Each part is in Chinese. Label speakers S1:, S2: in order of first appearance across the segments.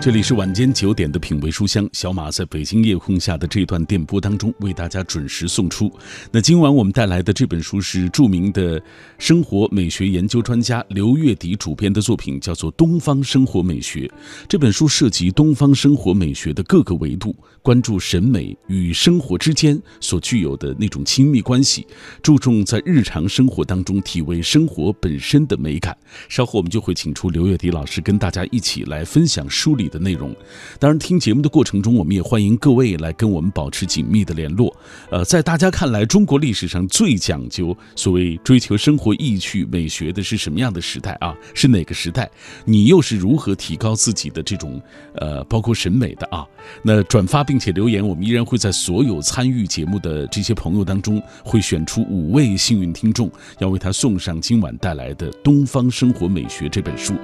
S1: 这里是晚间九点的品味书香，小马在北京夜空下的这段电波当中为大家准时送出。那今晚我们带来的这本书是著名的生活美学研究专家刘月迪主编的作品，叫做《东方生活美学》。这本书涉及东方生活美学的各个维度，关注审美与生活之间所具有的那种亲密关系，注重在日常生活当中体味生活本身的美感。稍后我们就会请出刘月迪老师跟大家一起来分享书里的内容。当然，听节目的过程中，我们也欢迎各位来跟我们保持紧密的联络。呃，在大家看来，中国历史上最讲究所谓追求生活意趣美学的是什么样的时代啊？是哪个时代？你又是如何提高自己的这种呃，包括审美的啊？那转发并且留言，我们依然会在所有参与节目的这些朋友当中，会选出五位幸运听众，要为他送上今晚带来的《东方生活美学》这本书。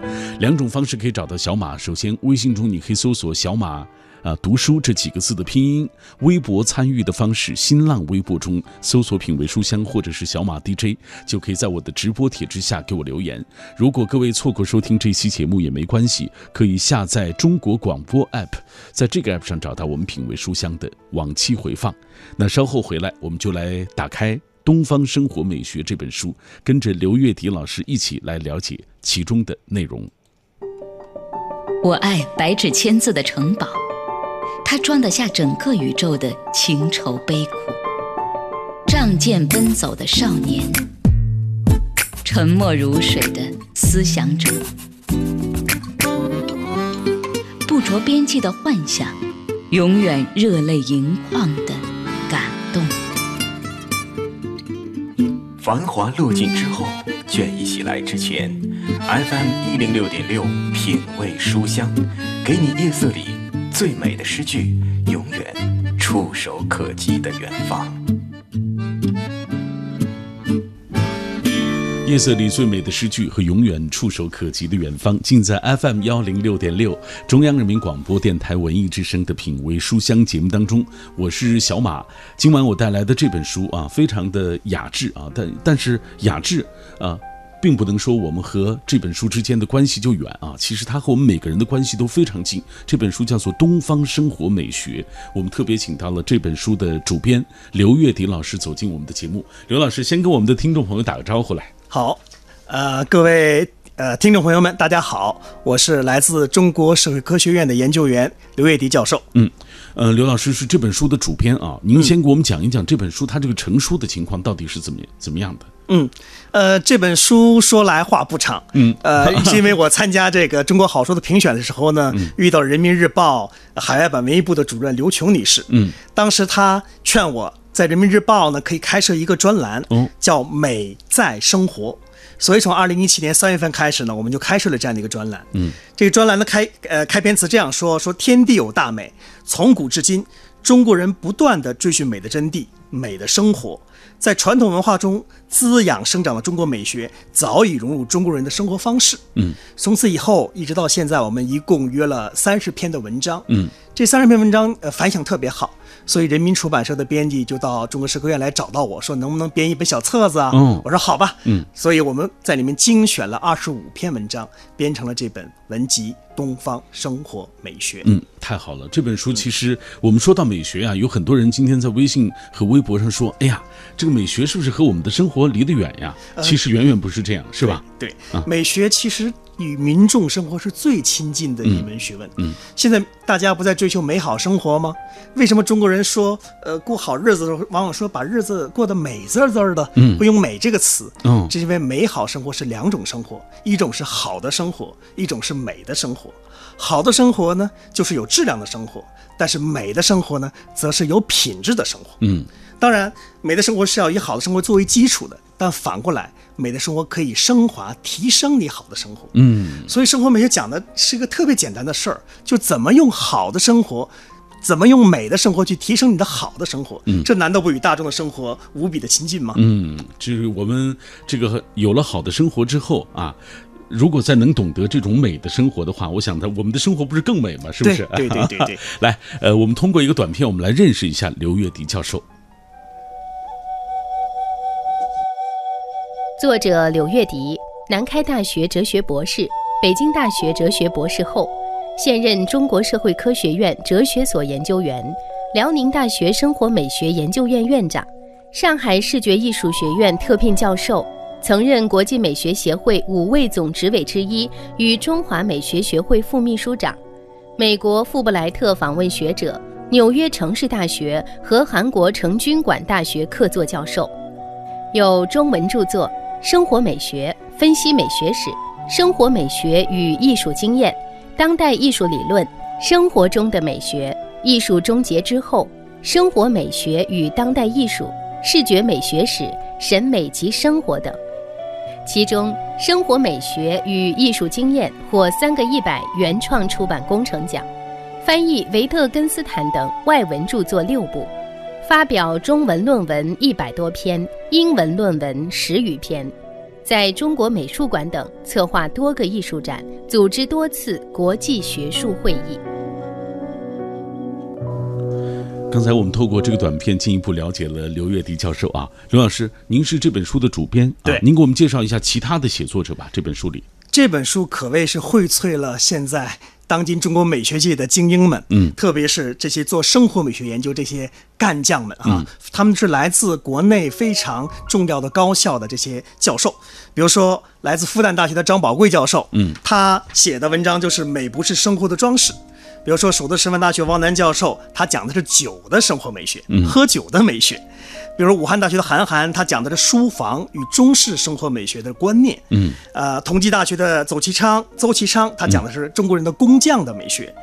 S1: 两种方式可以找到小马，首先微信中你可以搜索“小马”。啊，读书这几个字的拼音，微博参与的方式，新浪微博中搜索“品味书香”或者是“小马 DJ”，就可以在我的直播帖之下给我留言。如果各位错过收听这期节目也没关系，可以下载中国广播 app，在这个 app 上找到我们“品味书香”的往期回放。那稍后回来，我们就来打开《东方生活美学》这本书，跟着刘月迪老师一起来了解其中的内容。
S2: 我爱白纸千字的城堡。它装得下整个宇宙的情愁悲苦，仗剑奔走的少年，沉默如水的思想者，不着边际的幻想，永远热泪盈眶的感动。
S3: 繁华落尽之后，倦意袭来之前，FM 一零六点六品味书香，给你夜色里。最美的诗句，永远触手可及的远方。
S1: 夜色里最美的诗句和永远触手可及的远方，尽在 FM 幺零六点六中央人民广播电台文艺之声的品味书香节目当中，我是小马。今晚我带来的这本书啊，非常的雅致啊，但但是雅致啊。并不能说我们和这本书之间的关系就远啊，其实它和我们每个人的关系都非常近。这本书叫做《东方生活美学》，我们特别请到了这本书的主编刘月迪老师走进我们的节目。刘老师先跟我们的听众朋友打个招呼来。
S4: 好，呃，各位呃听众朋友们，大家好，我是来自中国社会科学院的研究员刘月迪教授。
S1: 嗯，呃，刘老师是这本书的主编啊，
S4: 嗯
S1: 您先给我们讲一讲这本书它这个成书的情况到底是怎么怎么样的。
S4: 嗯，呃，这本书说来话不长，嗯， 呃，是因为我参加这个中国好书的评选的时候呢，
S1: 嗯
S4: 遇到人民日报呃海外版文艺部的主任刘琼女士，
S1: 嗯，
S4: 当时她劝我在人民日报呢可以开设一个专栏，
S1: 哦
S4: 叫“美在生活”，所以从二零一七年三月份开始呢，我们就开设了这样的一个专栏，嗯，这个专栏的开呃开篇词这样说：说天地有大美，从古至今，中国人不断的追寻美的真谛，美的生活。在传统文化中滋养生长的中国美学，早已融入中国人的生活方式。
S1: 嗯，
S4: 从此以后一直到现在，我们一共约了三十篇的文章。
S1: 嗯，
S4: 这三十篇文章呃反响特别好，所以人民出版社的编辑就到中国社科院来找到我说，能不能编一本小册子啊？
S1: 哦
S4: 我说好吧。
S1: 嗯，
S4: 所以我们在里面精选了二十五篇文章，编成了这本文集《东方生活美学》。
S1: 嗯，太好了！这本
S4: 嗯
S1: 书其实我们说到美学啊，有很多人今天在微信和微博上说：“哎呀，这个美学是不是和我们的生活离得远呀？”
S4: 呃
S1: 其实远远不是这样，是吧？
S4: 对，
S1: 啊
S4: 美学其实与民众生活是最亲近的一门学问。
S1: 嗯嗯
S4: 现在大家不在追求美好生活吗？为什么中国人说，呃，过好日子的时候，往往说把日子过得美滋滋儿的，
S1: 嗯
S4: 会用“美”这个词？
S1: 嗯
S4: 这是因为美好生活是两种生活，一种是好的生活，一种是美的生活。好的生活呢，就是有质量的生活；但是美的生活呢，则是有品质的生活。
S1: 嗯，
S4: 当然，美的生活是要以好的生活作为基础的，但反过来，美的生活可以升华、提升你好的生活。
S1: 嗯，
S4: 所以，生活美学讲的是一个特别简单的事儿，就怎么用好的生活，怎么用美的生活去提升你的好的生活。这难道不与大众的生活无比的亲近吗？
S1: 嗯，就是我们这个有了好的生活之后啊，如果再能懂得这种美的生活的话，我想的我们的生活不是更美吗？是不是？
S4: 对对对对对。
S1: 来，呃，我们通过一个短片，我们来认识一下刘月迪教授。
S5: 作者柳月迪，南开大学哲学博士，北京大学哲学博士后，现任中国社会科学院哲学所研究员、辽宁大学生活美学研究院院长、上海视觉艺术学院特聘教授，曾任国际美学协会五位总执委之一与中华美学学会副秘书长，美国富布莱特访问学者、纽约城市大学和韩国成均馆大学客座教授，有中文著作《生活美学分析美学史》《生活美学与艺术经验》。当代艺术理论、生活中的美学、艺术终结之后、生活美学与当代艺术、视觉美学史、审美及生活等。其中，《生活美学与艺术经验》获“三个一百”原创出版工程奖，翻译维特根斯坦等外文著作六部，发表中文论文一百多篇，英文论文十余篇。在中国美术馆等策划多个艺术展，组织多次国际学术会议。
S1: 刚才我们透过这个短片进一步了解了刘月迪教授啊，刘老师，您是这本书的主编，
S4: 对
S1: 啊，您给我们介绍一下其他的写作者吧。这本书里，
S4: 这本书可谓是荟萃了现在当今中国美学界的精英们，
S1: 嗯
S4: 特别是这些做生活美学研究这些干将们啊，他们是来自国内非常重要的高校的这些教授，比如说来自复旦大学的张宝贵教授，嗯，他写的文章就是“美不是生活的装饰”。比如说，首都师范大学汪楠教授，他讲的是酒的生活美学，喝酒的美学；比如武汉大学的韩寒，他讲的是书房与中式生活美学的观念。嗯，呃，同济大学的邹其昌，邹其昌他讲的是中国人的工匠的美学。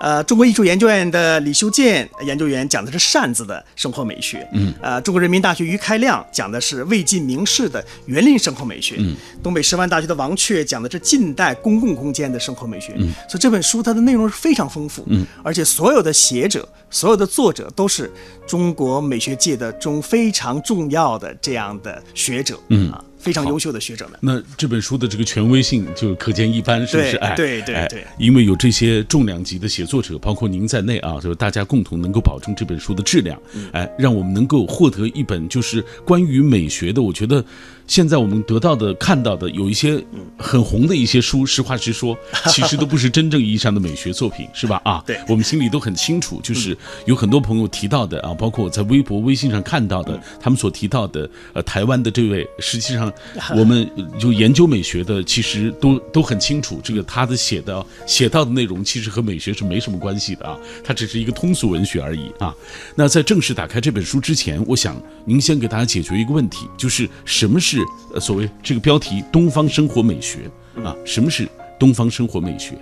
S4: 呃，中国艺术研究院的李修建研究员讲的是扇子的生活美学，嗯，呃，中国人民大学于开亮讲的是魏晋名士的园林生活美学，嗯，东北师范大学的王阙讲的是近代公共空间的生活美学，嗯，所以这本书它的内容是非常丰富，嗯，而且所有的写者、所有的作者都是中国美学界的中非常重要的这样的学者，嗯啊，非常优秀的学者们，
S1: 那这本书的这个权威性就可见一斑，是不是？
S4: 对
S1: 哎，
S4: 对对
S1: 哎
S4: 对
S1: 因为有这些重量级的写作者，包括您在内啊，就是大家共同能够保证这本书的质量，哎，让我们能够获得一本就是关于美学的。我觉得现在我们得到的、看到的有一些很红的一些书，实话实 说，其实都不是真正意义上的美学作品，是吧？啊，
S4: 对
S1: 我们心里都很清楚，就是有很多朋友提到的啊，包括我在微博、微信上看到的，他们所提到的，呃，台湾的这位，实际上我们就研究美学的，其实都都很清楚，这个他的写的写到的内容，其实和美学是没什么关系的啊，它只是一个通俗文学而已啊。那在正式打开这本书之前，我想您先给大家解决一个问题，就是什么是呃所谓这个标题“东方生活美学”啊？什么是东方生活美学？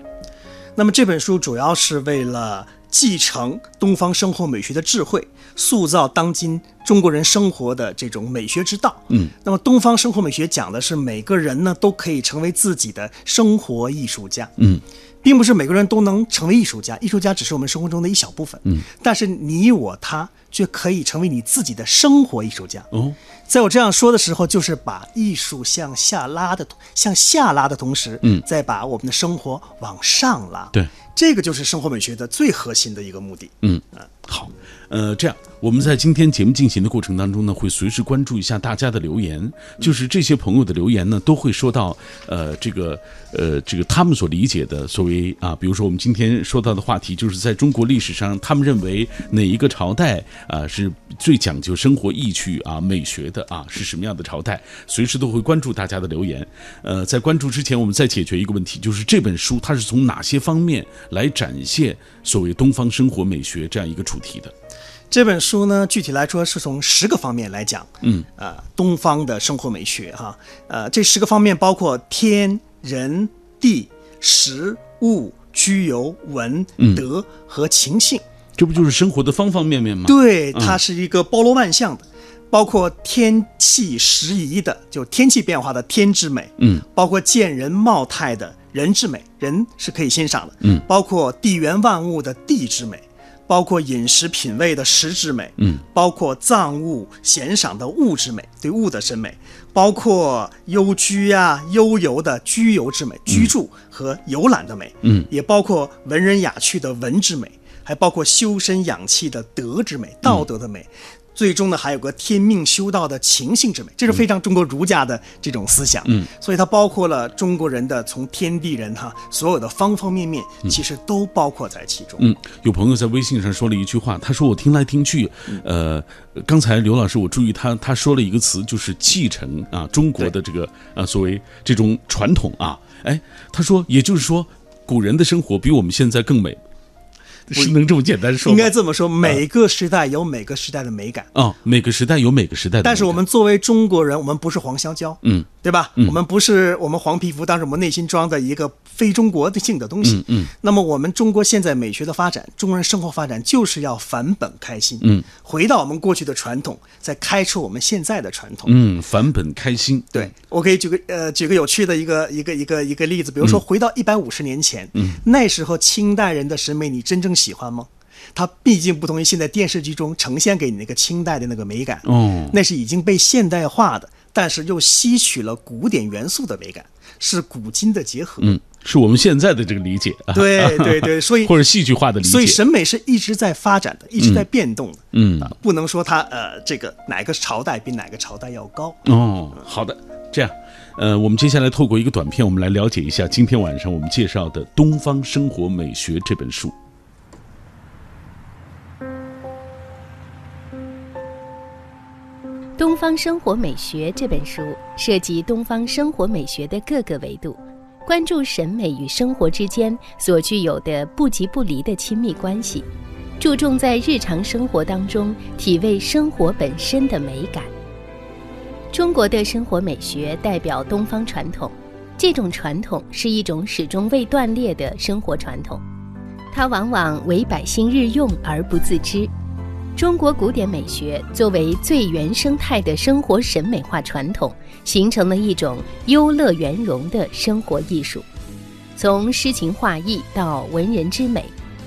S4: 那么这本书主要是为了继承东方生活美学的智慧，塑造当今中国人生活的这种美学之道。嗯，那么东方生活美学讲的是每个人呢都可以成为自己的生活艺术家。
S1: 嗯，
S4: 并不是每个人都能成为艺术家，艺术家只是我们生活中的一小部分。嗯，但是你我他却可以成为你自己的生活艺术家。
S1: 哦，
S4: 在我这样说的时候，就是把艺术向下拉的，向下拉的同时，
S1: 嗯
S4: 再把我们的生活往上拉。
S1: 对，
S4: 这个就是生活美学的最核心的一个目的。
S1: 嗯，好，呃，这样我们在今天节目进行的过程当中呢，会随时关注一下大家的留言，就是这些朋友的留言呢，都会说到呃这个呃这个他们所理解的所谓啊，比如说我们今天说到的话题，就是在中国历史上，他们认为哪一个朝代啊是最讲究生活意趣啊美学的啊是什么样的朝代，随时都会关注大家的留言。呃，在关注之前，我们再解决一个问题，就是这本书它是从哪些方面来展现所谓东方生活美学这样一个主题的？
S4: 这本书呢，具体来说是从十个方面来讲，嗯，啊，东方的生活美学哈、呃，这十个方面包括天、人、地、食、物、居游、文、德和情性。
S1: 这不就是生活的方方面面吗？
S4: 对，它是一个包罗万象的，包括天气时宜的，就天气变化的天之美，
S1: 嗯，
S4: 包括见人貌态的人之美，人是可以欣赏的，嗯，包括地缘万物的地之美。包括饮食品味的食之美，嗯，包括藏物闲赏的物之美，对物的审美，包括幽居啊、悠游的居游之美，居住和游览的美，嗯，也包括文
S1: 嗯
S4: 人雅趣的文之美，还包括修身养气的德之美、道德的美。最终呢还有个天命修道的情性之美，这是非
S1: 嗯
S4: 常中国儒家的这种思想。嗯，所以它包括了中国人的从天地人哈所有的方方面面，其实都包括在其中。
S1: 嗯，有朋友在微信上说了一句话，他说我听来听去，
S4: 嗯
S1: 呃，刚才刘老师我注意他他说了一个词，就是继承啊，中国的这个啊所谓这种传统啊，哎，他说也就是说，古人的生活比我们现在更美，是能这么简单说啊
S4: 应
S1: 吗？
S4: 该这么说，每个时代有每个时代的美感。
S1: 啊、每个时代有每个时代的美感，
S4: 但是我们作为中国人，我们不是黄香蕉，
S1: 嗯，
S4: 对吧？我们不是我们黄皮肤，但是我们内心装着一个非中国性的东西，嗯。那么我们中国现在美学的发展，中国人生活发展就是要返本开新，嗯，回到我们过去的传统，再开出我们现在的传统。
S1: 嗯返本开心，
S4: 对，我可以举个呃举个有趣的一个一个一个一个例子，比如
S1: 嗯
S4: 说回到一百五十年前，嗯，那时候清代人的审美你真正喜欢吗？它毕竟不同于现在电视剧中呈现给你那个清代的那个美感，
S1: 哦
S4: 那是已经被现代化的，但是又吸取了古典元素的美感，是古今的结合。
S1: 嗯，是我们现在的这个理解啊，
S4: 对对 对，所以
S1: 或者戏剧化的理解，
S4: 所以审美是一直在发展的，一直在变动的。
S1: 嗯
S4: 啊不能说它呃这个哪个朝代比哪个朝代要高。
S1: 哦，好的，这样，呃，我们接下来透过一个短片，我们来了解一下今天晚上我们介绍的《东方生活美学》这本书。
S5: 《东方生活美学》这本书涉及东方生活美学的各个维度，关注审美与生活之间所具有的不即不离的亲密关系，注重在日常生活当中体味生活本身的美感。中国的生活美学代表东方传统，这种传统是一种始终未断裂的生活传统，它往往为百姓日用而不自知。中国古典美学作为最原生态的生活审美化传统，形成了一种优乐圆融的生活艺术。从诗情画意到文人之美，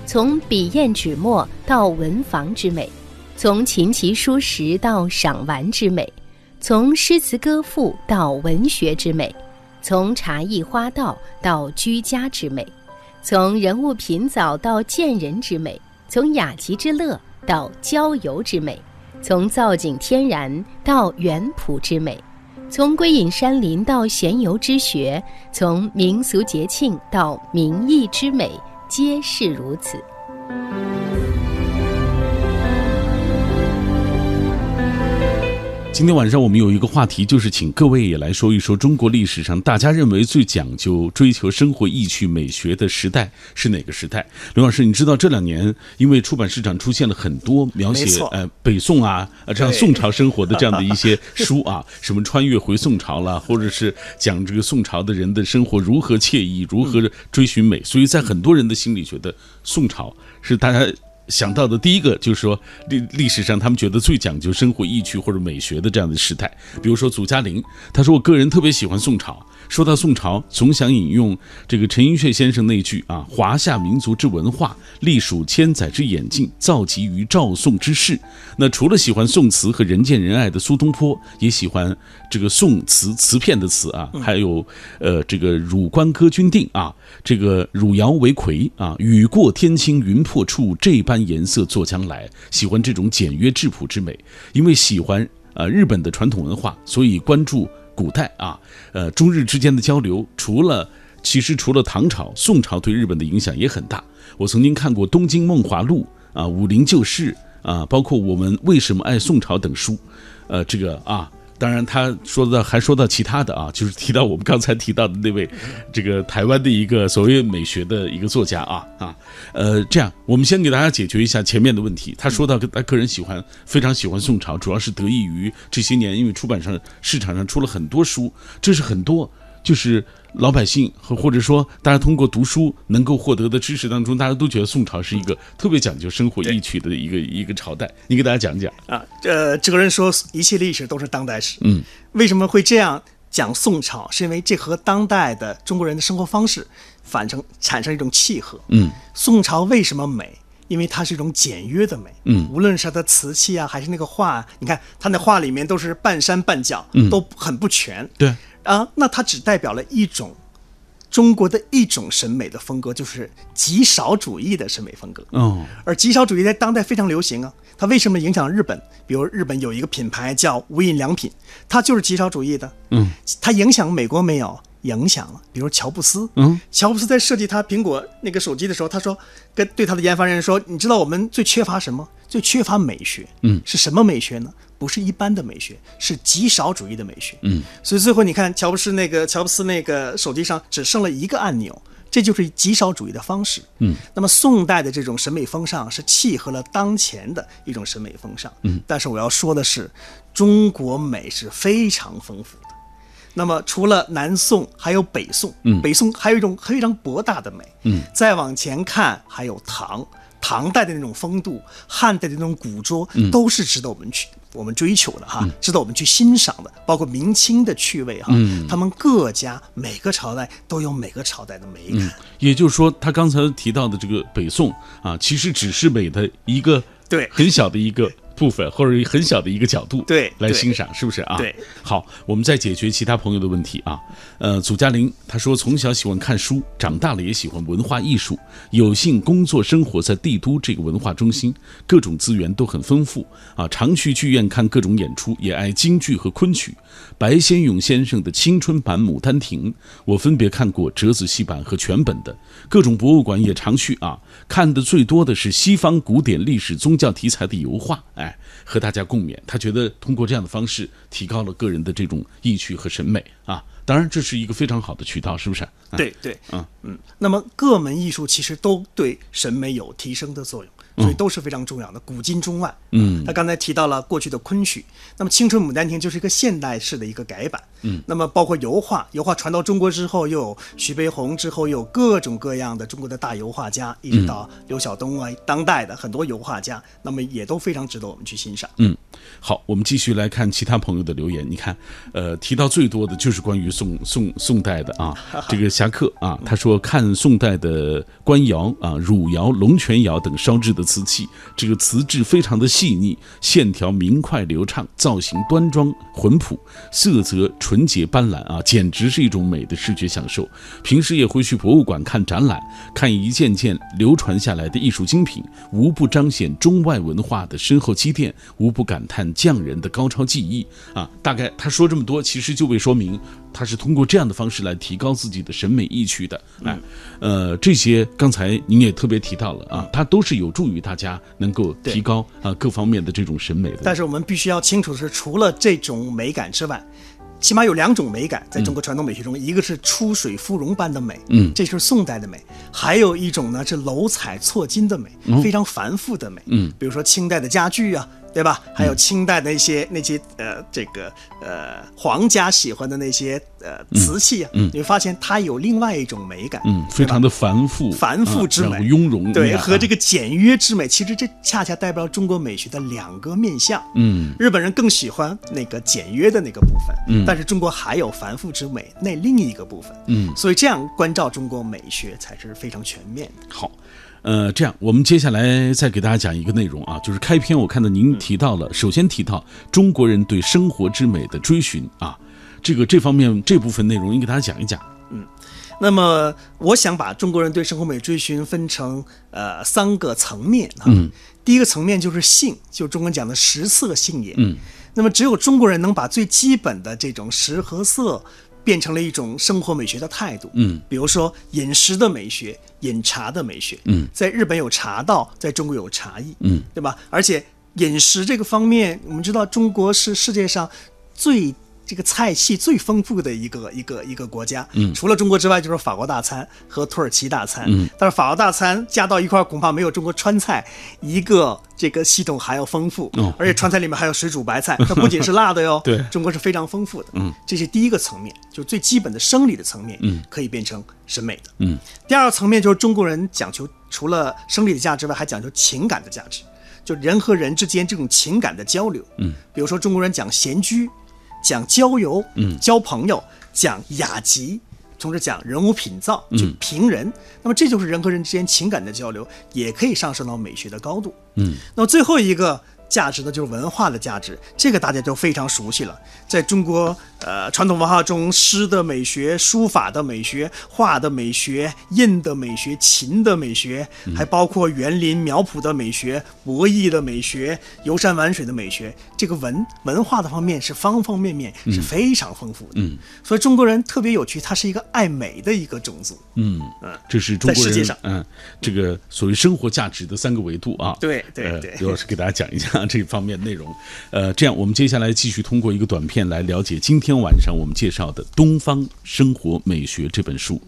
S5: 从笔砚纸墨到文房之美，从琴棋书识到赏玩之美，从诗词歌赋到文学之美，从茶艺花道到居家之美。从人物品藻到见人之美，从雅集之乐到郊游之美，从造景天然到园圃之美，从归隐山林到闲游之学，从民俗节庆到民艺之美，皆是如此。
S1: 今天晚上我们有一个话题，就是请各位也来说一说中国历史上大家认为最讲究追求生活意趣美学的时代是哪个时代？刘老师，你知道这两年因为出版市场出现了很多描
S4: 没
S1: 写
S4: 错
S1: 呃北宋啊呃这样
S4: 对
S1: 宋朝生活的这样的一些书啊，什么穿越回宋朝啦，或者是讲这个宋朝的人的生活如何惬意，如何追寻美，所以在很多人的心里觉得宋朝是大家想到的第一个就是说历历史上他们觉得最讲究生活意趣或者美学的这样的时代，比如说祖嘉璘，他说我个人特别喜欢宋朝。说到宋朝，总想引用这个陈寅恪先生那句啊：“华夏民族之文化，历属千载之演进，造极于赵宋之势。”那除了喜欢宋词和人见人爱的苏东坡，也喜欢这个宋词词片的词啊，还有呃这个《汝官歌君定》啊，这个“汝窑为魁啊，雨过天青云破处，这般颜色作将来。”喜欢这种简约质朴之美，因为喜欢呃日本的传统文化，所以关注古代啊，呃中日之间的交流，除了其实除了唐朝，宋朝对日本的影响也很大。我曾经看过《东京梦华录》啊，《武林旧事》啊，包括我们为什么爱宋朝等书，呃，这个啊。当然，他说到还说到其他的啊，就是提到我们刚才提到的那位，这个台湾的一个所谓美学的一个作家啊啊，呃，这样我们先给大家解决一下前面的问题。他说到他个人喜欢非常喜欢宋朝，主要是得益于这些年因为出版上市场上出了很多书，这是很多就是老百姓和或者说大家通过读书能够获得的知识当中，大家都觉得宋朝是一个特别讲究生活意趣的一个一个朝代。你给大家讲讲，
S4: 啊，呃，哲人说一切历史都是当代史。嗯，为什么会这样讲宋朝？是因为这和当代的中国人的生活方式反成产生一种契合。
S1: 嗯，
S4: 宋朝为什么美？因为它是一种简约的美。嗯，无论是它的瓷器啊，还是那个画，你看它那画里面都是半山半角，嗯、都很不全。
S1: 对
S4: 啊，那它只代表了一种中国的一种审美的风格，就是极少主义的审美风格。
S1: 哦，
S4: 而极少主义在当代非常流行啊。它为什么影响日本？比如日本有一个品牌叫无印良品，它就是极少主义的。
S1: 嗯，
S4: 它影响美国没有？影响了。比如乔布斯，
S1: 嗯，
S4: 乔布斯在设计他苹果那个手机的时候，他说跟对他的研发人员说：“你知道我们最缺乏什么？最缺乏美学。
S1: 嗯
S4: 是什么美学呢？不是一般的美学，是极少主义的美学。
S1: 嗯，
S4: 所以最后你看，乔布斯那个乔布斯那个手机上只剩了一个按钮，这就是极少主义的方式。
S1: 嗯，
S4: 那么宋代的这种审美风尚是契合了当前的一种审美风尚。
S1: 嗯，
S4: 但是我要说的是，中国美是非常丰富的。那么除了南宋，还有北宋，
S1: 嗯
S4: 北宋还有一种非常博大的美，
S1: 嗯，
S4: 再往前看还有唐，唐代的那种风度，汉代的那种古拙，
S1: 嗯
S4: 都是值得我们去我们追求的哈，值得我们去欣赏的，包括明清的趣味哈，
S1: 嗯
S4: 他们各家每个朝代都有每个朝代的美感，
S1: 也就是说，他刚才提到的这个北宋啊，其实只是美的一个
S4: 对
S1: 很小的一个部分，或者很小的一个角度，
S4: 对
S1: 来
S4: 对
S1: 欣赏，是不是啊？
S4: 对。
S1: 好，我们再解决其他朋友的问题啊。呃，祖嘉玲她说，从小喜欢看书，长大了也喜欢文化艺术，有幸工作生活在帝都这个文化中心，各种资源都很丰富啊。常去剧院看各种演出，也爱京剧和昆曲。白先勇先生的青春版《牡丹亭》，我分别看过折子戏版和全本的，各种博物馆也常去啊。看的最多的是西方古典历史宗教题材的油画，哎，和大家共勉。他觉得通过这样的方式，提高了个人的这种意趣和审美啊。当然，这是一个非常好的渠道，是不是？啊、
S4: 对对，
S1: 嗯
S4: 那么各门艺术其实都对审美有提升的作用，所以都是非常重要的，古今中外。
S1: 嗯
S4: 他刚才提到了过去的昆曲，那么《青春牡丹亭》就是一个现代式的一个改版。嗯，那么包括油画，油画传到中国之后，又有徐悲鸿，之后又有各种各样的中国的大油画家，
S1: 嗯
S4: 一直到刘晓东啊，当代的很多油画家，那么也都非常值得我们去欣赏。
S1: 好，我们继续来看其他朋友的留言。你看，呃，提到最多的就是关于宋宋宋代的啊，这个侠客啊，他说看宋代的官窑啊、汝窑、龙泉窑等烧制的瓷器，这个瓷质非常的细腻，线条明快流畅，造型端庄浑朴，色泽纯洁斑斓啊，简直是一种美的视觉享受。平时也会去博物馆看展览，看一件件流传下来的艺术精品，无不彰显中外文化的深厚积淀，无不感叹匠人的高超技艺啊！大概他说这么多，其实就为说明他是通过这样的方式来提高自己的审美意趣的。哎，呃，这些刚才您也特别提到了啊，它都是有助于大家能够
S4: 对
S1: 提高啊各方面的这种审美的。
S4: 但是我们必须要清楚的是，除了这种美感之外，起码有两种美感在中国传统美学中，一个是出水芙蓉般的美，
S1: 嗯
S4: 这就是宋代的美；还有一种呢是楼彩错金的美，非常繁复的美，
S1: 嗯，
S4: 比如说清代的家具啊。对吧？还有清代的一些那些呃，这个呃，皇家喜欢的那些呃瓷器啊，你会发现它有另外一种美感，
S1: 嗯，非常
S4: 对吧
S1: 的繁复，
S4: 繁复之
S1: 啊
S4: 美、
S1: 然后雍容，
S4: 对，和这
S1: 个
S4: 个简约之美，其实这恰恰代表中国美学的两个面相。
S1: 嗯
S4: 日本人更喜欢那个简约的那个部分，
S1: 嗯
S4: 但是中国还有繁复之美那另一个部分，
S1: 嗯
S4: 所以这样关照中国美学才是非常全面的。
S1: 啊好，呃，这样我们接下来再给大家讲一个内容啊，就是开篇我看到您提到了，首先提到中国人对生活之美的追寻啊，这个这方面这部分内容，您给大家讲一讲。
S4: 那么，我想把中国人对生活美追寻分成呃三个层面啊。
S1: 嗯
S4: 第一个层面就是性，就中文讲的食色性也。
S1: 嗯
S4: 那么，只有中国人能把最基本的这种食和色变成了一种生活美学的态度。
S1: 嗯
S4: 比如说饮食的美学、饮茶的美学。
S1: 嗯，
S4: 在日本有茶道，在中国有茶艺，
S1: 嗯，
S4: 对吧？而且饮食这个方面，我们知道中国是世界上最。这个菜系最丰富的一个一个一个国家，
S1: 嗯
S4: 除了中国之外，就是法国大餐和土耳其大餐。
S1: 嗯
S4: 但是法国大餐加到一块儿，恐怕没有中国川菜一个这个系统还要丰富。
S1: 哦，
S4: 而且川菜里面还有水煮白菜，它不仅是辣的 哟
S1: 对
S4: 中国是非常丰富的。
S1: 嗯，
S4: 这是第一个层面，就是最基本的生理的层面，
S1: 嗯，
S4: 可以变成审美的。
S1: 嗯
S4: 第二个层面就是中国人讲求除了生理的价值外，还讲究情感的价值，就人和人之间这种情感的交流。
S1: 嗯，
S4: 比如说中国人讲闲居，讲郊游，
S1: 嗯
S4: 交朋友，讲雅集。同时讲人物品造，
S1: 嗯
S4: 就评人，那么这就是人和人之间情感的交流，也可以上升到美学的高度。
S1: 嗯
S4: 那么最后一个价值呢，就是文化的价值，这个大家就非常熟悉了。在中国呃传统文化中，诗的美学、书法的美学、画的美学、印的美学、琴的美学，
S1: 嗯
S4: 还包括园林苗圃的美学、博弈的美学、游山玩水的美学，这个文文化的方面是方方面面是非常丰富的。
S1: 嗯，
S4: 所以中国人特别有趣，他是一个爱美的一个种族。
S1: 嗯，
S4: 嗯，
S1: 这是中国
S4: 在世
S1: 人
S4: 界上
S1: 嗯，这个所谓生活价值的三个维度啊。
S4: 对对
S1: 呃
S4: 对
S1: 刘老师给大家讲一下这方面内容。 呃，这样我们接下来继续通过一个短片来了解今天晚上我们介绍的《东方生活美学》这本书。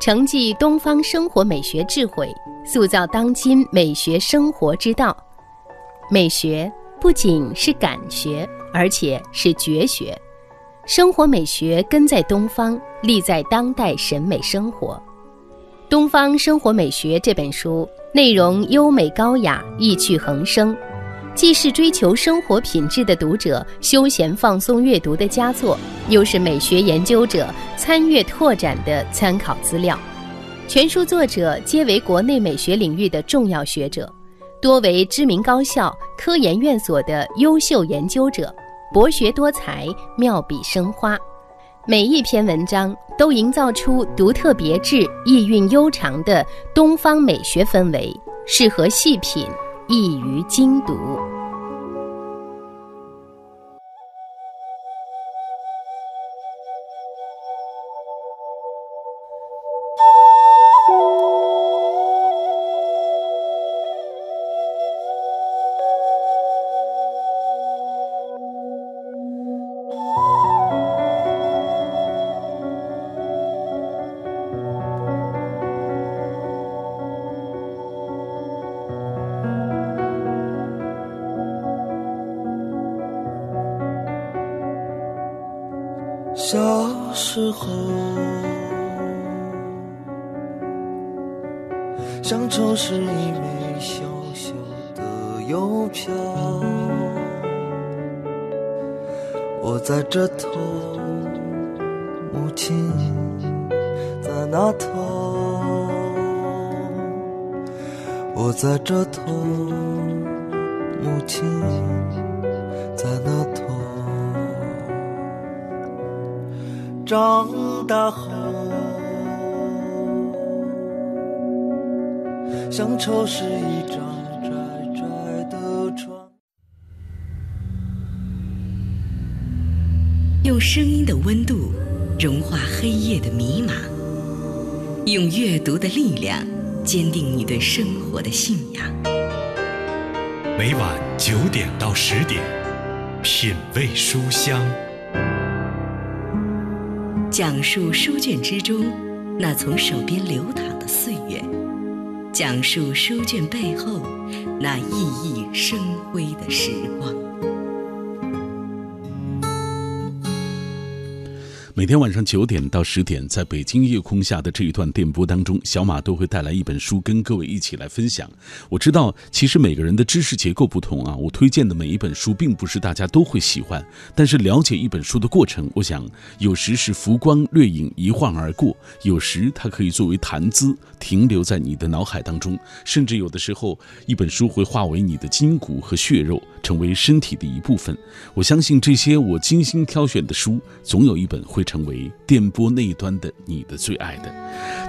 S5: 承继东方生活美学智慧，塑造当今美学生活之道。美学不仅是感学，而且是觉学。生活美学根在东方，立在当代审美生活。《东方生活美学》这本书内容优美高雅，意趣横生，既是追求生活品质的读者休闲放松阅读的佳作，又是美学研究者参阅拓展的参考资料。全书作者皆为国内美学领域的重要学者，多为知名高校、科研院所的优秀研究者，博学多才，妙笔生花。每一篇文章都营造出独特别致、意韵悠长的东方美学氛围，适合细品，易于精读。
S6: 小时候，乡愁是一枚小小的邮票，我在这头，母亲在那头，我在这头，母亲在那头。长大后，乡愁是一张窄窄的床。
S7: 用声音的温度融化黑夜的迷茫，用阅读的力量坚定你对生活的信仰。
S8: 每晚九点到十点，品味书香。
S7: 讲述书卷之中那从手边流淌的岁月，讲述书卷背后那熠熠生辉的时光。
S1: 每天晚上九点到十点，在北京夜空下的这一段电波当中，小马都会带来一本书跟各位一起来分享。我知道，其实每个人的知识结构不同啊，我推荐的每一本书并不是大家都会喜欢，但是了解一本书的过程，我想有时是浮光掠影一晃而过，有时它可以作为谈资停留在你的脑海当中，甚至有的时候一本书会化为你的筋骨和血肉，成为身体的一部分。我相信这些我精心挑选的书，总有一本会成为电波那一端的你的最爱的。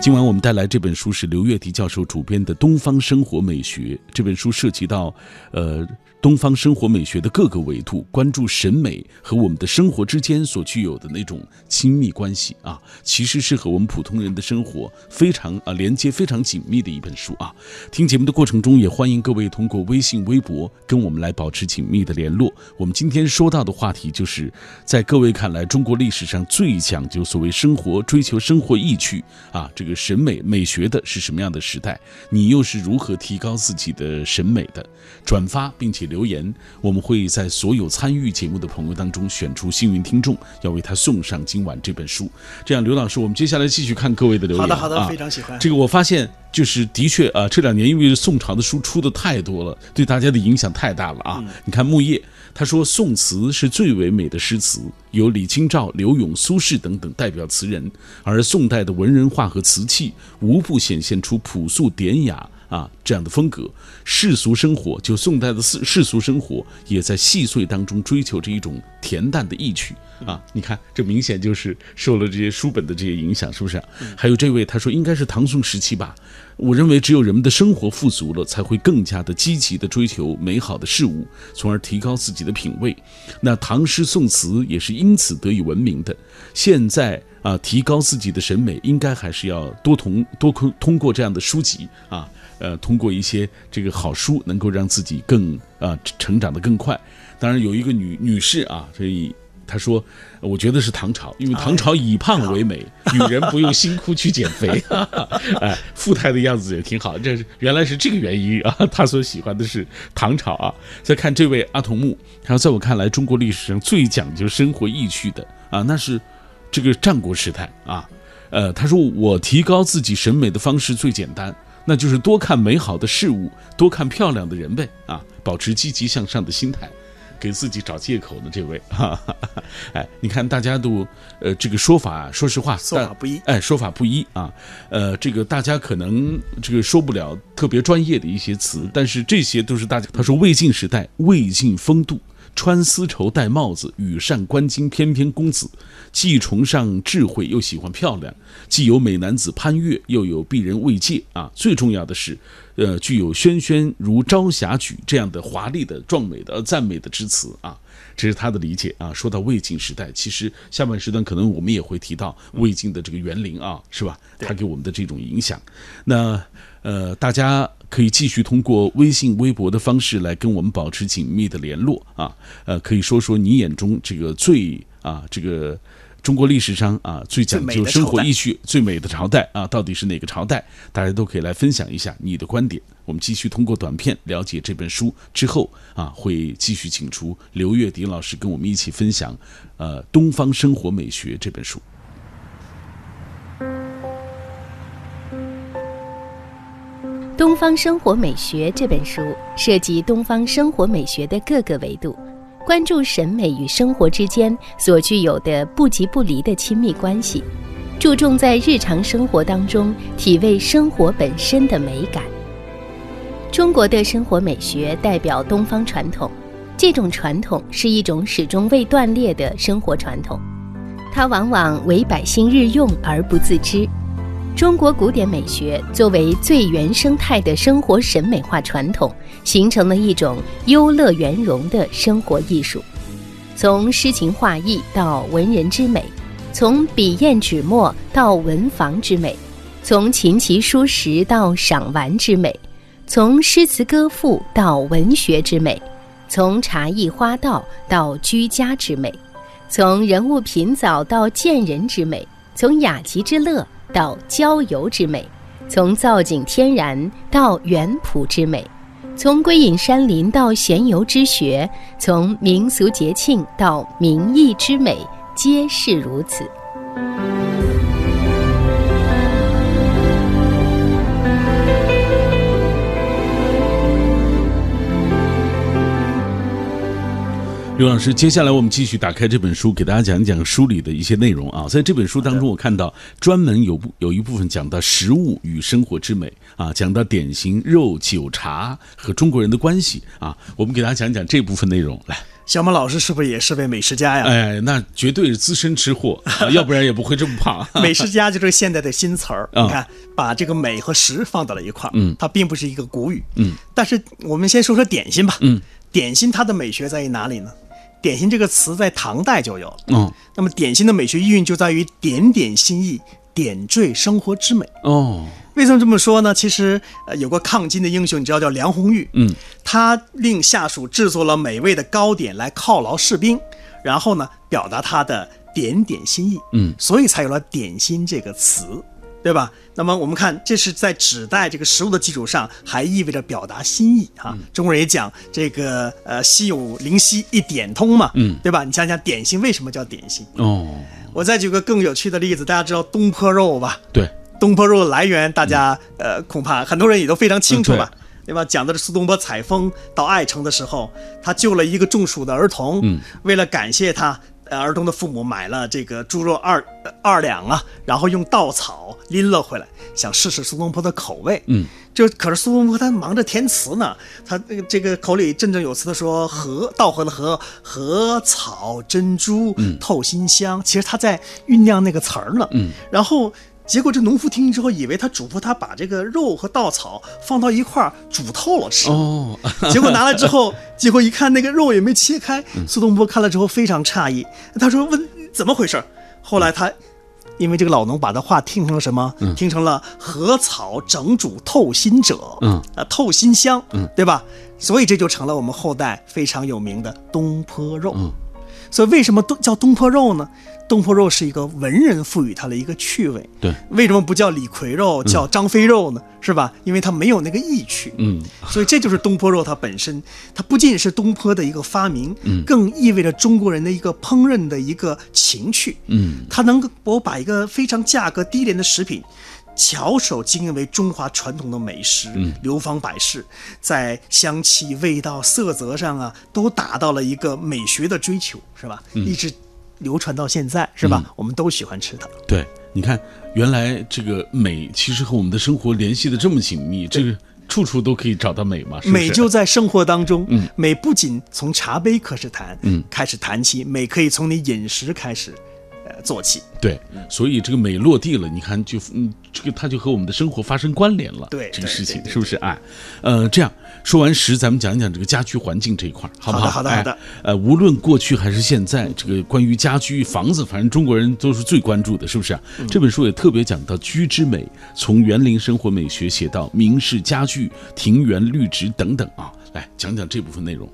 S1: 今晚我们带来这本书是刘月迪教授主编的《东方生活美学》。这本书涉及到，呃，东方生活美学的各个维度，关注审美和我们的生活之间所具有的那种亲密关系啊，其实是和我们普通人的生活非常啊连接非常紧密的一本书啊。听节目的过程中，也欢迎各位通过微信、微博跟我们来保持紧密的联络。我们今天说到的话题，就是在各位看来，中国历史上最讲究所谓生活、追求生活意趣啊，这个审美美学的是什么样的时代？你又是如何提高自己的审美的？转发并且留言，我们会在所有参与节目的朋友当中选出幸运听众，要为他送上今晚这本书。这样，刘老师，我们接下来继续看各位的留言。
S4: 好的好的，
S1: 啊
S4: 非常喜欢。
S1: 这个我发现就是的确啊，这两年因为宋朝的书出的太多了，对大家的影响太大了
S4: 嗯
S1: 啊。你看木叶，他说宋词是最唯美的诗词，有李清照、柳永、苏轼等等代表词人，而宋代的文人画和瓷器无不显现出朴素典雅。啊这样的风格。世俗生活，就宋代的世世俗生活，也在细碎当中追求着一种恬淡的意趣啊。你看，这明显就是受了这些书本的这些影响，是不是、啊？还有这位他说应该是唐宋时期吧。我认为只有人们的生活富足了，才会更加的积极的追求美好的事物，从而提高自己的品味。那唐诗宋词也是因此得以闻名的。现在啊，提高自己的审美，应该还是要多同多通通过这样的书籍啊，呃，通过一些这个好书，能够让自己更啊、呃、成长的更快。当然，有一个女女士啊，所以。他说：“我觉得是唐朝，因为唐朝以胖为美，女人不用辛苦去减肥， 哎，富态的样子也挺好。这是原来是这个原因啊。他所喜欢的是唐朝啊。再看这位阿童木，他说，在我看来，中国历史上最讲究生活意趣的啊，那是这个战国时代啊。呃，他说我提高自己审美的方式最简单，那就是多看美好的事物，多看漂亮的人呗啊，保持积极向上的心态。”给自己找借口呢，这位哈哈，哎，你看大家都呃这个说法，说 实话
S4: 说法不一，
S1: 哎，说法不一啊，呃，这个大家可能这个说不了特别专业的一些词，但是这些都是大家他说魏晋时代魏晋风度。穿丝绸戴帽子，羽扇纶巾，翩翩公子，既崇尚智慧，又喜欢漂亮，既有美男子潘岳，又有鄙人卫玠啊。最重要的是，呃，具有轩轩如朝霞举这样的华丽的、壮美的、呃赞美的之词啊。这是他的理解啊。说到魏晋时代，其实下半时段可能我们也会提到魏晋的这个园林啊，是吧？它给我们的这种影响。那呃，大家可以继续通过微信、微博的方式来跟我们保持紧密的联络啊。呃，可以说说你眼中这个最啊这个。中国历史上啊最讲究生活意趣、最美的朝代啊，到底是哪个朝代？大家都可以来分享一下你的观点。我们继续通过短片了解这本书之后啊，会继续请出刘月迪老师跟我们一起分享呃《东方生活美学》这本书。
S5: 《东方生活美学》这本书涉及东方生活美学的各个维度。关注审美与生活之间所具有的不即不离的亲密关系，注重在日常生活当中体味生活本身的美感。中国的生活美学代表东方传统，这种传统是一种始终未断裂的生活传统，它往往为百姓日用而不自知。中国古典美学作为最原生态的生活审美化传统，形成了一种优乐圆融的生活艺术。从诗情画意到文人之美，从笔砚纸墨到文房之美，从琴棋书识到赏玩之美，从诗词歌赋到文学之美，从茶艺花道到居家之美，从人物品藻到见人之美，从雅集之乐。到郊游之美，从造景天然到园圃之美，从归隐山林到闲游之学，从民俗节庆到民艺之美，皆是如此。
S1: 刘老师，接下来我们继续打开这本书，给大家讲一讲书里的一些内容啊。在这本书当中，我看到专门有部有一部分讲到食物与生活之美啊，讲到典型肉、酒、茶和中国人的关系啊。我们给大家讲讲这部分内容来。
S4: 小马老师是不是也是位美食家呀？
S1: 哎，那绝对是资深吃货，啊、要不然也不会这么胖。
S4: 美食家就是现在的新词儿，
S1: 嗯
S4: 你看，把这个美和食放到了一块儿，
S1: 嗯
S4: 它并不是一个古语，
S1: 嗯，
S4: 但是我们先说说点心吧，
S1: 嗯，
S4: 点心它的美学在于哪里呢？点心这个词在唐代就有了，
S1: 嗯
S4: 那么点心的美学意蕴就在于点点心意，点缀生活之美。
S1: 哦，
S4: 为什么这么说呢？其实，呃，有个抗金的英雄，你知道叫梁红玉，
S1: 嗯，
S4: 他令下属制作了美味的糕点来犒劳士兵，然后呢，表达他的点点心意，
S1: 嗯
S4: 所以才有了“点心”这个词，对吧？那么我们看，这是在指代这个食物的基础上，还意味着表达心意啊。
S1: 嗯
S4: 中国人也讲这个呃，稀有灵犀一点通嘛，
S1: 嗯
S4: 对吧？你想想，点心为什么叫点心？
S1: 哦，
S4: 我再举个更有趣的例子，大家知道东坡肉吧？
S1: 对，
S4: 东坡肉的来源，大家、呃恐怕很多人也都非常清楚吧，对吧？讲的是苏东坡采风到爱城的时候，他救了一个中暑的儿童，
S1: 嗯
S4: 为了感谢他，呃儿童的父母买了这个猪肉二呃二两啊，然后用稻草拎了回来，想试试苏东坡的口味。
S1: 嗯，
S4: 就可是苏东坡他忙着填词呢，他呃这个口里振振有词的说荷稻荷的荷荷草珍珠透心香，其实他在酝酿那个词儿呢。
S1: 嗯，
S4: 然后。结果这农夫听之后，以为他嘱咐他把这个肉和稻草放到一块儿煮透了吃。
S1: 哦，
S4: 结果拿来 之后，结果一看那个肉也没切开，
S1: 嗯
S4: 苏东坡看了之后非常诧异，他说问怎么回事儿？后来他。因为这个老农把他话听成了什么？听成了“禾草整煮透心者”，
S1: 嗯
S4: 啊，透心香，
S1: 嗯，
S4: 对吧？所以这就成了我们后代非常有名的东坡肉。
S1: 嗯
S4: 所以为什么东叫东坡肉呢？东坡肉是一个文人赋予它的一个趣味。
S1: 对，
S4: 为什么不叫李逵肉，叫张飞肉呢？是吧？因为它没有那个意趣。
S1: 嗯，
S4: 所以这就是东坡肉它本身，它不仅是东坡的一个发明，更意味着中国人的一个烹饪的一个情趣。
S1: 嗯，
S4: 它能够把一个非常价格低廉的食品。巧手经营为中华传统的美食，流芳百世，在香气、味道、色泽上啊，都达到了一个美学的追求，是吧？一直流传到现在，是吧？我们都喜欢吃它。
S1: 对，你看，原来这个美其实和我们的生活联系的这么紧密，这个处处都可以找到美嘛，是不是
S4: 美就在生活当中，美不仅从茶杯开始谈，
S1: 嗯
S4: 开始谈起，美可以从你饮食开始，呃，做起。
S1: 对，所以这个美落地了，你看就嗯，这个它就和我们的生活发生关联了。
S4: 对
S1: 这个事情
S4: 对对对
S1: 是不是哎？呃，这样说完食，咱们讲一讲这个家居环境这一块儿，好不好？
S4: 好的好的好的
S1: 哎。呃，无论过去还是现在，这个关于家居、房子，反正中国人都是最关注的，是不是啊、
S4: 嗯
S1: 这本书也特别讲到居之美，从园林生活美学写到明式家具、庭园绿植等等啊，来讲讲这部分内容。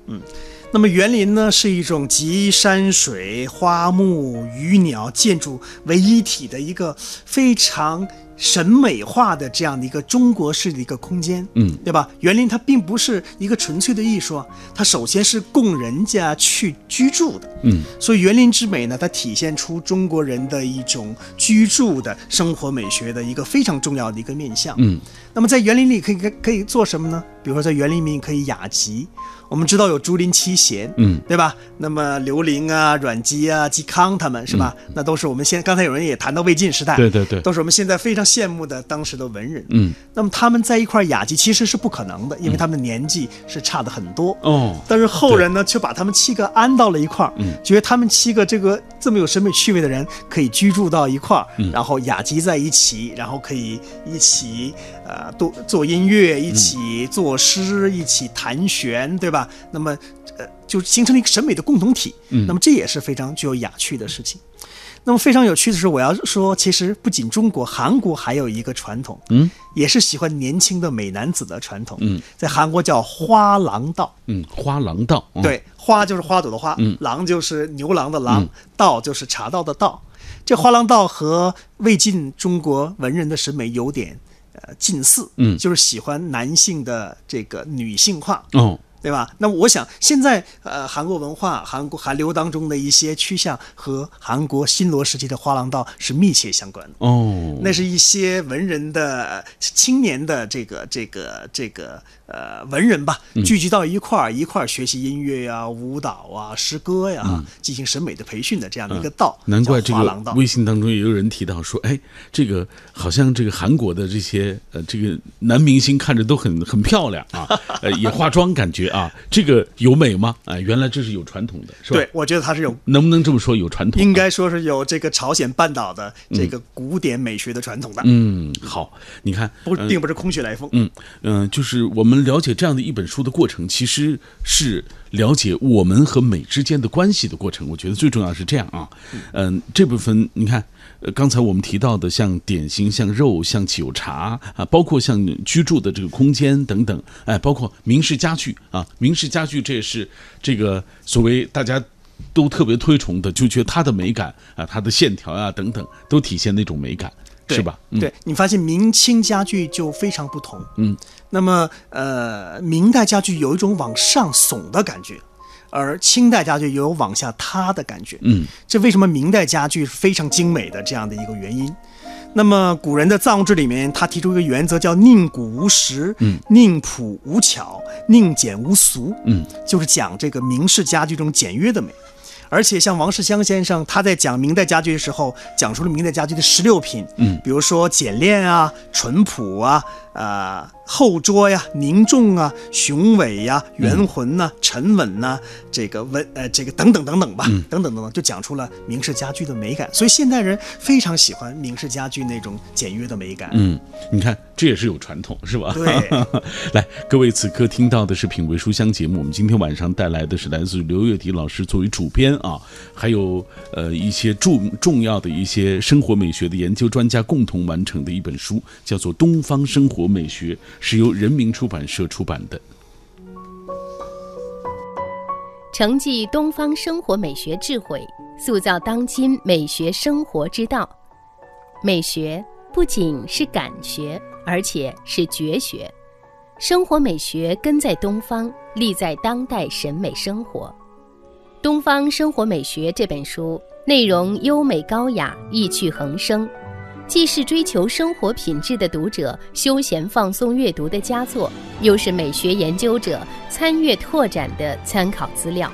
S4: 那么园林呢，是一种集山水、花木、鱼鸟、建筑为一体的一个非常审美化的这样的一个中国式的一个空间，
S1: 嗯，
S4: 对吧？园林它并不是一个纯粹的艺术啊，它首先是供人家去居住的，
S1: 嗯，
S4: 所以园林之美呢，它体现出中国人的一种居住的生活美学的一个非常重要的一个面向，
S1: 嗯，
S4: 那么在园林里可以可以做什么呢？比如说在园林里面可以雅集，我们知道有竹林七贤，
S1: 嗯，
S4: 对吧？那么刘伶啊、阮籍啊、嵇康他们是吧？那都是我们现刚才有人也谈到魏晋时
S1: 嗯
S4: 代，
S1: 对对对
S4: 哎都是我们现在非常羡慕的当时的文人。
S1: 嗯，
S4: 那么他们在一块儿雅集其实是不可能的，因为他们的年纪是差的很多。
S1: 哦，
S4: 但是后人呢，却把他们七个安到了一块儿，
S1: 嗯
S4: 觉得他们七个这个这么有审美趣味的人可以居住到一块儿，
S1: 嗯
S4: 然后雅集在一起，然后可以一起呃做做音乐，一起作诗，一起弹弦，对吧？那么呃，就形成了一个审美的共同体。
S1: 嗯
S4: 那么这也是非常具有雅趣的事情。那么非常有趣的是，我要说，其实不仅中国，韩国还有一个传统，
S1: 嗯，
S4: 也是喜欢年轻的美男子的传统，
S1: 嗯，
S4: 在韩国叫花郎道。
S1: 嗯，花廊道，嗯、
S4: 对，花就是花朵的花，
S1: 嗯
S4: 郎就是牛郎的郎，
S1: 嗯
S4: 道就是茶道的道。这花郎道和魏晋中国文人的审美有点呃近似，
S1: 嗯
S4: 就是喜欢男性的这个女性化，
S1: 哦，
S4: 对吧？那我想现在呃，韩国文化、韩国韩流当中的一些趋向和韩国新罗时期的花郎道是密切相关的。
S1: 哦，
S4: 那是一些文人的青年的这个这个这个呃文人吧，
S1: 嗯
S4: 聚集到一块儿，一块儿学习音乐呀、舞蹈啊、诗歌呀、进行审美的培训的这样的一个道，
S1: 嗯难怪这
S4: 叫花郎
S1: 个
S4: 道。
S1: 微信当中也有人提到说，哎，这个好像这个韩国的这些呃这个男明星看着都很 很漂亮啊， 呃也化妆感觉啊，这个有美吗？啊、原来这是有传统的，是吧？
S4: 对，，我觉得它是有，
S1: 能不能这么说有传统？
S4: 应。该说是有这个朝鲜半岛的这个古典美学的传统的，
S1: 嗯，好，你看，
S4: 不并不是空穴来风。
S1: 嗯嗯、呃就是我们了解这样的一本书的过程，其实是了解我们和美之间的关系的过程。我觉得最重要是这样啊，嗯、这部分你看，呃，刚才我们提到的像点心、像肉、像酒茶啊，包括像居住的这个空间等等，哎，包括明式家具啊，明式家具这也是这个所谓大家。都特别推崇的，就觉得它的美感啊，它的线条啊等等，都体现那种美感，
S4: 对
S1: 是吧？嗯，
S4: 对你发现明清家具就非常不同。
S1: 嗯，
S4: 那么呃，明代家具有一种往上耸的感觉，而清代家具有往下塌的感觉。
S1: 嗯，
S4: 这为什么明代家具是非常精美的这样的一个原因？那么古人的造物志里面，他提出一个原则叫宁古无实，
S1: 嗯
S4: 宁朴无巧，宁简无俗，
S1: 嗯，
S4: 就是讲这个明式家具中简约的美。而且像王世襄先生，他在讲明代家具的时候，讲出了明代家具的十六品，
S1: 嗯，
S4: 比如说简练啊、淳朴啊、呃厚拙呀、凝重啊、雄伟呀、
S1: 嗯
S4: 圆浑呐、沉稳呐、这个文呃这个等等等等吧，
S1: 嗯
S4: 等等等等，就讲出了明式家具的美感。所以现代人非常喜欢明式家具那种简约的美感。
S1: 嗯，你看，这也是有传统，是吧？
S4: 对。
S1: 来，各位此刻听到的是《品味书香》节目，我们今天晚上带来的是来自刘月迪老师作为主编啊，还有呃一些重重要的一些生活美学的研究专家共同完成的一本书，叫做《东方生活美学》，是由人民出版社出版的。
S5: 承继东方生活美学智慧，塑造当今美学生活之道。美学不仅是感学，而且是觉学。生活美学根在东方，立在当代审美生活。《东方生活美学》这本书内容优美高雅，意趣横生，既是追求生活品质的读者休闲放松阅读的佳作，又是美学研究者参阅拓展的参考资料。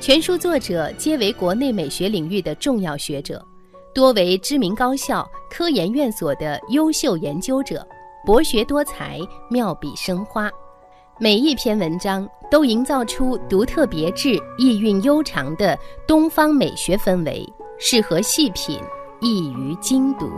S5: 全书作者皆为国内美学领域的重要学者，多为知名高校、科研院所的优秀研究者，博学多才，妙笔生花。每一篇文章都营造出独特别致、意韵悠长的东方美学氛围，适合细品，易于精读。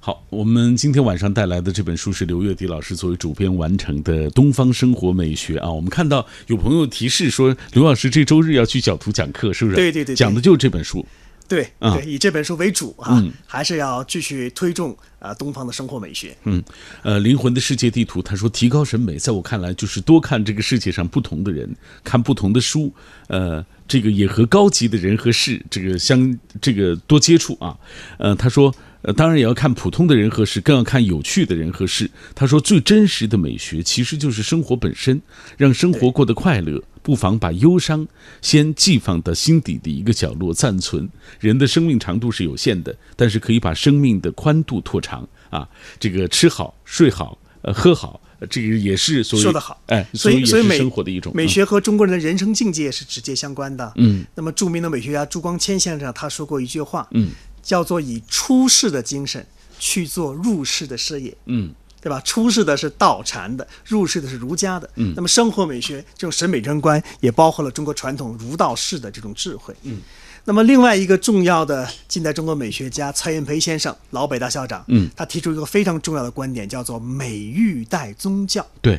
S1: 好，我们今天晚上带来的这本书是刘月迪老师作为主编完成的《东方生活美学》啊。我们看到有朋友提示说，刘老师这周日要去角图讲课，是不是？
S4: 对对对对
S1: 讲的就是这本书。
S4: 对
S1: 啊
S4: 对，以这本书为主啊，
S1: 嗯
S4: 还是要继续推重呃东方的生活美学。
S1: 嗯，呃，灵魂的世界地图，他说提高审美，在我看来就是多看这个世界上不同的人，看不同的书，呃，这个也和高级的人和事这个相这个多接触啊。呃，他说，呃，当然也要看普通的人和事，更要看有趣的人和事。他说，最真实的美学其实就是生活本身，让生活过得快乐。不妨把忧伤先寄放到心底的一个角落暂存。人的生命长度是有限的，但是可以把生命的宽度拓长啊。这个吃好、睡好、呃喝好，呃这个也是所以
S4: 说得好
S1: 哎，
S4: 所
S1: 以也
S4: 以，所以
S1: 是
S4: 美
S1: 生活的一种
S4: 美。学和中国人的人生境界是直接相关的。
S1: 嗯，
S4: 那么著名的美学家朱光潜先生啊他说过一句话，
S1: 嗯，
S4: 叫做以出世的精神去做入世的事业，
S1: 嗯，
S4: 对吧？出世的是道禅的，入世的是儒家的。嗯，那么生活美学这种审美人观也包括了中国传统儒道释的这种智慧。嗯。那么，另外一个重要的近代中国美学家蔡元培先生，老北大校长，
S1: 嗯，
S4: 他提出一个非常重要的观点，叫做“美育代宗教”。
S1: 对，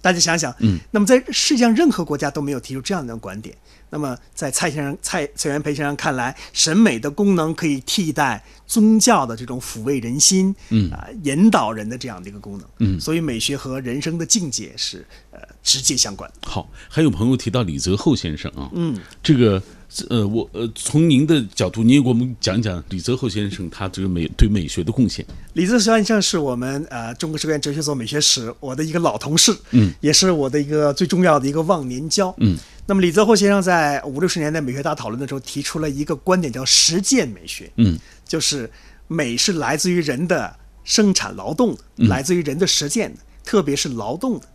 S4: 大家想想，
S1: 嗯，
S4: 那么在世界上任何国家都没有提出这样的观点。那么在蔡先生、蔡蔡元培先生看来，审美的功能可以替代宗教的这种抚慰人心、嗯啊、引导人的这样的一个功能。嗯，所以美学和人生的境界是呃直接相关。
S1: 好，还有朋友提到李泽厚先生啊，嗯，这个呃，我呃，从您的角度，您也给我们讲一讲李泽厚先生他这个美对美学的贡献。
S4: 李泽先生是我们呃中国学院哲学所美学史我的一个老同事，
S1: 嗯，
S4: 也是我的一个最重要的一个忘年交，
S1: 嗯。
S4: 那么李泽厚先生在五六十年代美学大讨论的时候提出了一个观点，叫实践美学，
S1: 嗯，
S4: 就是美是来自于人的生产劳动的，
S1: 嗯
S4: 来自于人的实践的，特别是劳动的。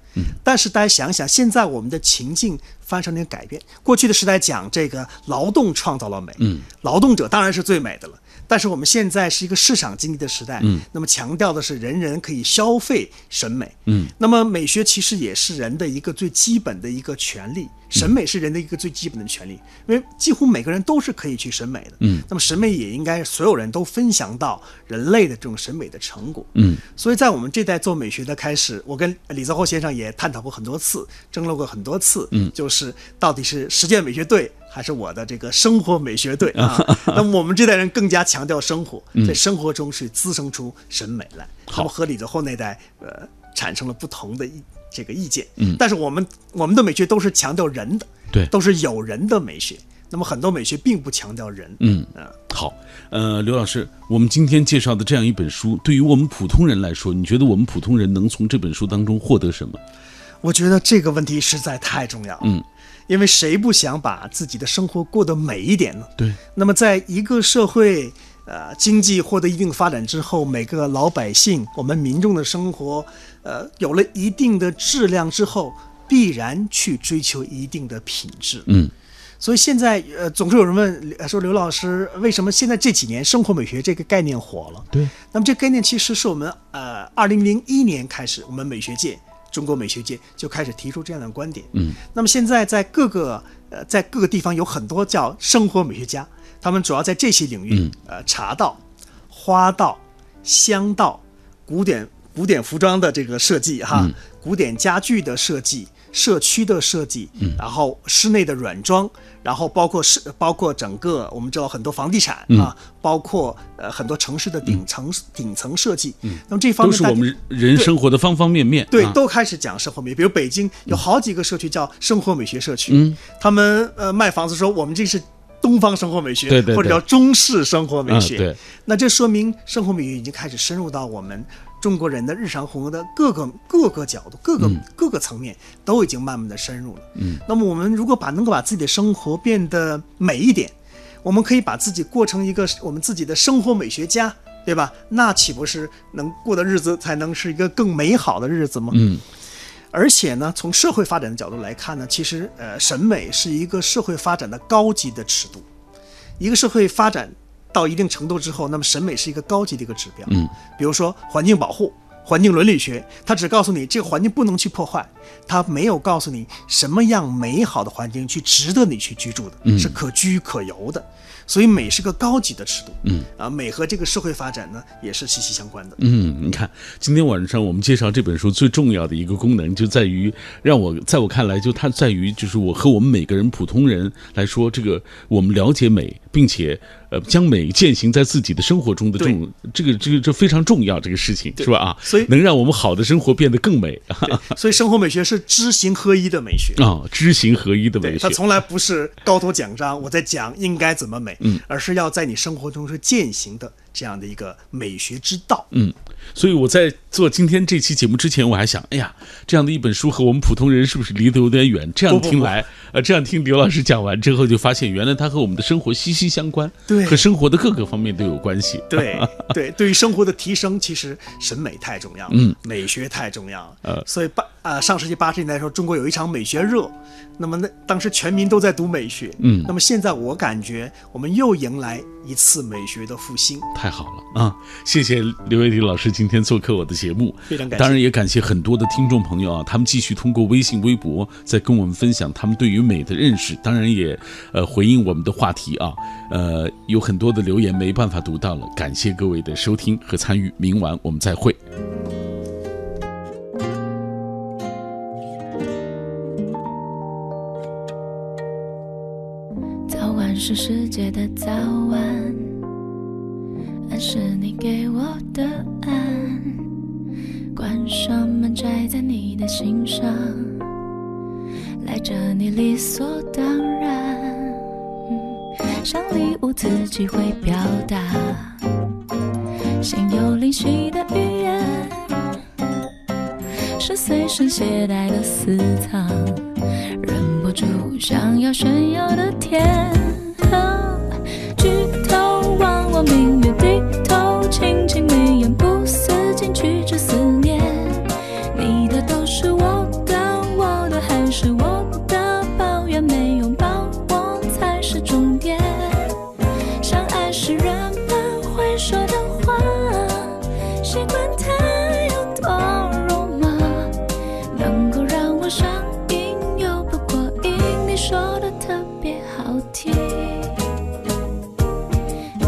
S4: 但是大家想想，现在我们的情境发生了改变。过去的时代讲这个劳动创造了美，嗯，劳动者当然是最美的了。但是我们现在是一个市场经济的时代，嗯，那么强调的是人人可以消费审美，嗯，那么美学其实也是人的一个最基本的一个权利，审美是人的一个最基本的权利，因为几乎每个人都是可以去审美的，嗯，那么审美也应该所有人都分享到人类的这种审美的成果，
S1: 嗯，
S4: 所以在我们这代做美学的开始，我跟李泽厚先生也探讨过很多次，争论过很多次，嗯，就是到底是实践美学对还是我的这个生活美学对 啊？那么我们这代人更加强调生活，在生活中去滋生出审美来，那么和李泽厚那代呃产生了不同的意这个意见，嗯，但是我们我们的美学都是强调人的，
S1: 对
S4: 都是有人的美学。那么很多美学并不强调人，
S1: 嗯
S4: 啊、
S1: 好，呃，刘老师，我们今天介绍的这样一本书，对于我们普通人来说，你觉得我们普通人能从这本书当中获得什么？
S4: 我觉得这个问题实在太重要了。
S1: 嗯，
S4: 因为谁不想把自己的生活过得美一点呢？
S1: 对，
S4: 那么，在一个社会，呃，经济获得一定发展之后，每个老百姓、我们民众的生活，呃，有了一定的质量之后，必然去追求一定的品质。
S1: 嗯，
S4: 所以现在呃，总是有人问呃说刘老师，为什么现在这几年生活美学这个概念火了？
S1: 对，
S4: 那么这概念其实是我们呃，二零零一年开始，我们美学界，中国美学界就开始提出这样的观点。
S1: 嗯，
S4: 那么现在在各个呃，在各个地方有很多叫生活美学家，他们主要在这些领域，
S1: 嗯
S4: 呃，茶道、花道、香道、古典古典服装的这个设计哈，
S1: 嗯
S4: 古典家具的设计。社区的设计，
S1: 嗯
S4: 然后室内的软装，然后包括是包括整个我们知道很多房地产、
S1: 嗯
S4: 啊，包括呃很多城市的顶层、顶层设计，那么这方
S1: 嗯都
S4: 面
S1: 是
S4: 大
S1: 我
S4: 家
S1: 们人生活的方方面面。
S4: 对
S1: 啊，
S4: 都开始讲生活美学。比如北京有好几个社区叫生活美学社区，
S1: 嗯
S4: 他们呃卖房子说我们这是东方生活美学，
S1: 对对对
S4: 或者叫中式生活美学。
S1: 嗯对
S4: 那这说明生活美学已经开始深入到我们中国人的日常生活的各个各个角度、各个、各个层面都已经慢慢的深入了。嗯，那么我们如果把能够把自己的生活变得美一点，我们可以把自己过成一个我们自己的生活美学家，对吧？那岂不是能过的日子才能是一个更美好的日子吗？
S1: 嗯，
S4: 而且呢，从社会发展的角度来看呢，其实呃，审美是一个社会发展的高级的尺度。一个社会发展到一定程度之后，那么审美是一个高级的一个指标。
S1: 嗯，
S4: 比如说环境保护、环境伦理学，它只告诉你这个环境不能去破坏，它没有告诉你什么样美好的环境去值得你去居住的，
S1: 嗯
S4: 是可居可游的。所以美是个高级的尺度。
S1: 嗯，
S4: 啊，美和这个社会发展呢也是息息相关的。
S1: 嗯，你看，今天晚上我们介绍这本书最重要的一个功能，就在于让我在我看来，就它在于就是我和我们每个人普通人来说，这个我们了解美，并且呃将美践行在自己的生活中的这种这个这个这非常重要这个事情是吧啊？
S4: 所以
S1: 能让我们好的生活变得更美啊
S4: 对，所以生活美学是知行合一的美学。
S1: 啊，知行合一的
S4: 对，
S1: 美
S4: 它
S1: 学。
S4: 从来不是高头奖章，我在讲应该怎么美，
S1: 嗯
S4: 而是要在你生活中是践行的这样的一个美学之道。
S1: 嗯，所以我在做今天这期节目之前，我还想，哎呀，这样的一本书和我们普通人是不是离得有点远？这样
S4: 不不
S1: 听来，呃，这样听刘老师讲完之后，就发现原来它和我们的生活息息相关，
S4: 对
S1: 和生活的各个方面都有关系。
S4: 对对，对于生活的提升，其实审美太重要了，
S1: 嗯，
S4: 美学太重要了。
S1: 呃
S4: 所以八啊、上世纪八十年代的时候，中国有一场美学热，那么那当时全民都在读美学，
S1: 嗯
S4: 那么现在我感觉我们又迎来一次美学的复兴。
S1: 太好了啊！谢谢刘伟迪老师今天做客我的节目，
S4: 非常感谢
S1: 当然也感谢很多的听众朋友啊，他们继续通过微信、微博在跟我们分享他们对于美的认识，当然也呃回应我们的话题啊。呃，有很多的留言没办法读到了，感谢各位的收听和参与。明晚我们再会。
S9: 早晚是世界的早晚，暗示你给我的暗。关上门，摘在你的心上，赖着你理所当然。嗯像礼物自己会表达，心有灵犀的语言，是随身携带的私藏。忍不住想要炫耀的甜。啊举头望望明月，低头轻轻眉眼，不思进取只思念。你的都是我的，我的还是我的，抱怨没用，抱我才是终点。相爱是人们会说的话，习惯它有多肉麻。能够让我上瘾又不过瘾，你说的特别好听。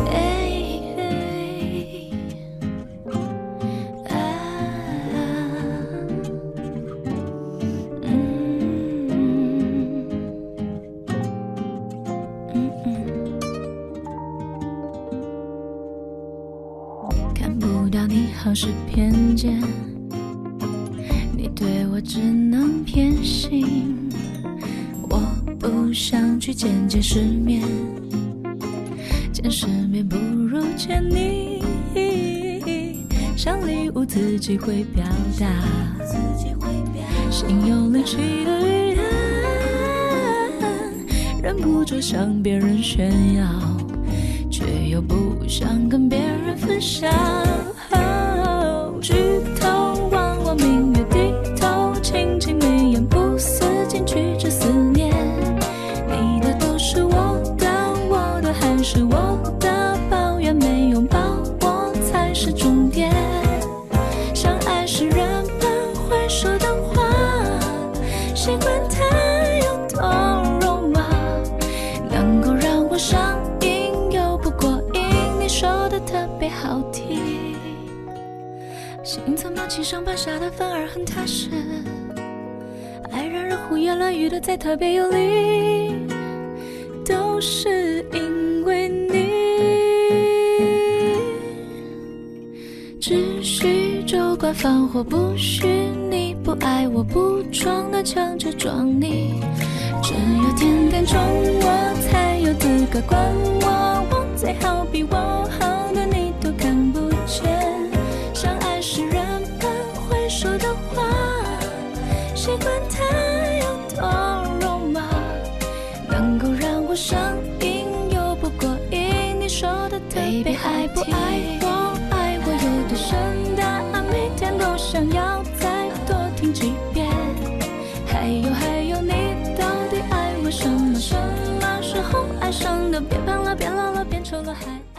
S9: 哎哎啊嗯嗯嗯看不到你好是偏见。你对我只能偏心，我不想去见见世面，见世面不如见你。像礼物自己会表达，心有灵犀的语言，忍不住向别人炫耀，却又不想跟别人分享。举头望望明月，低头轻轻眉眼，不思心怎么七上八下的，反而很踏实。爱让人胡言乱语的再特别有理，都是因为你。只许州官放火，不许你不爱我，不装的强着装你。只有天天宠我，才有资格管我。我最好比我好的你都看不见。相爱是人们会说的话，习惯它有多肉麻，能够让我上瘾又不过瘾。你说的特别爱不爱我，爱我有多深的爱，每天都想要再多听几遍。还有还有，你到底爱我什么？什么时候爱上的？别盼了，别老了，变丑了还。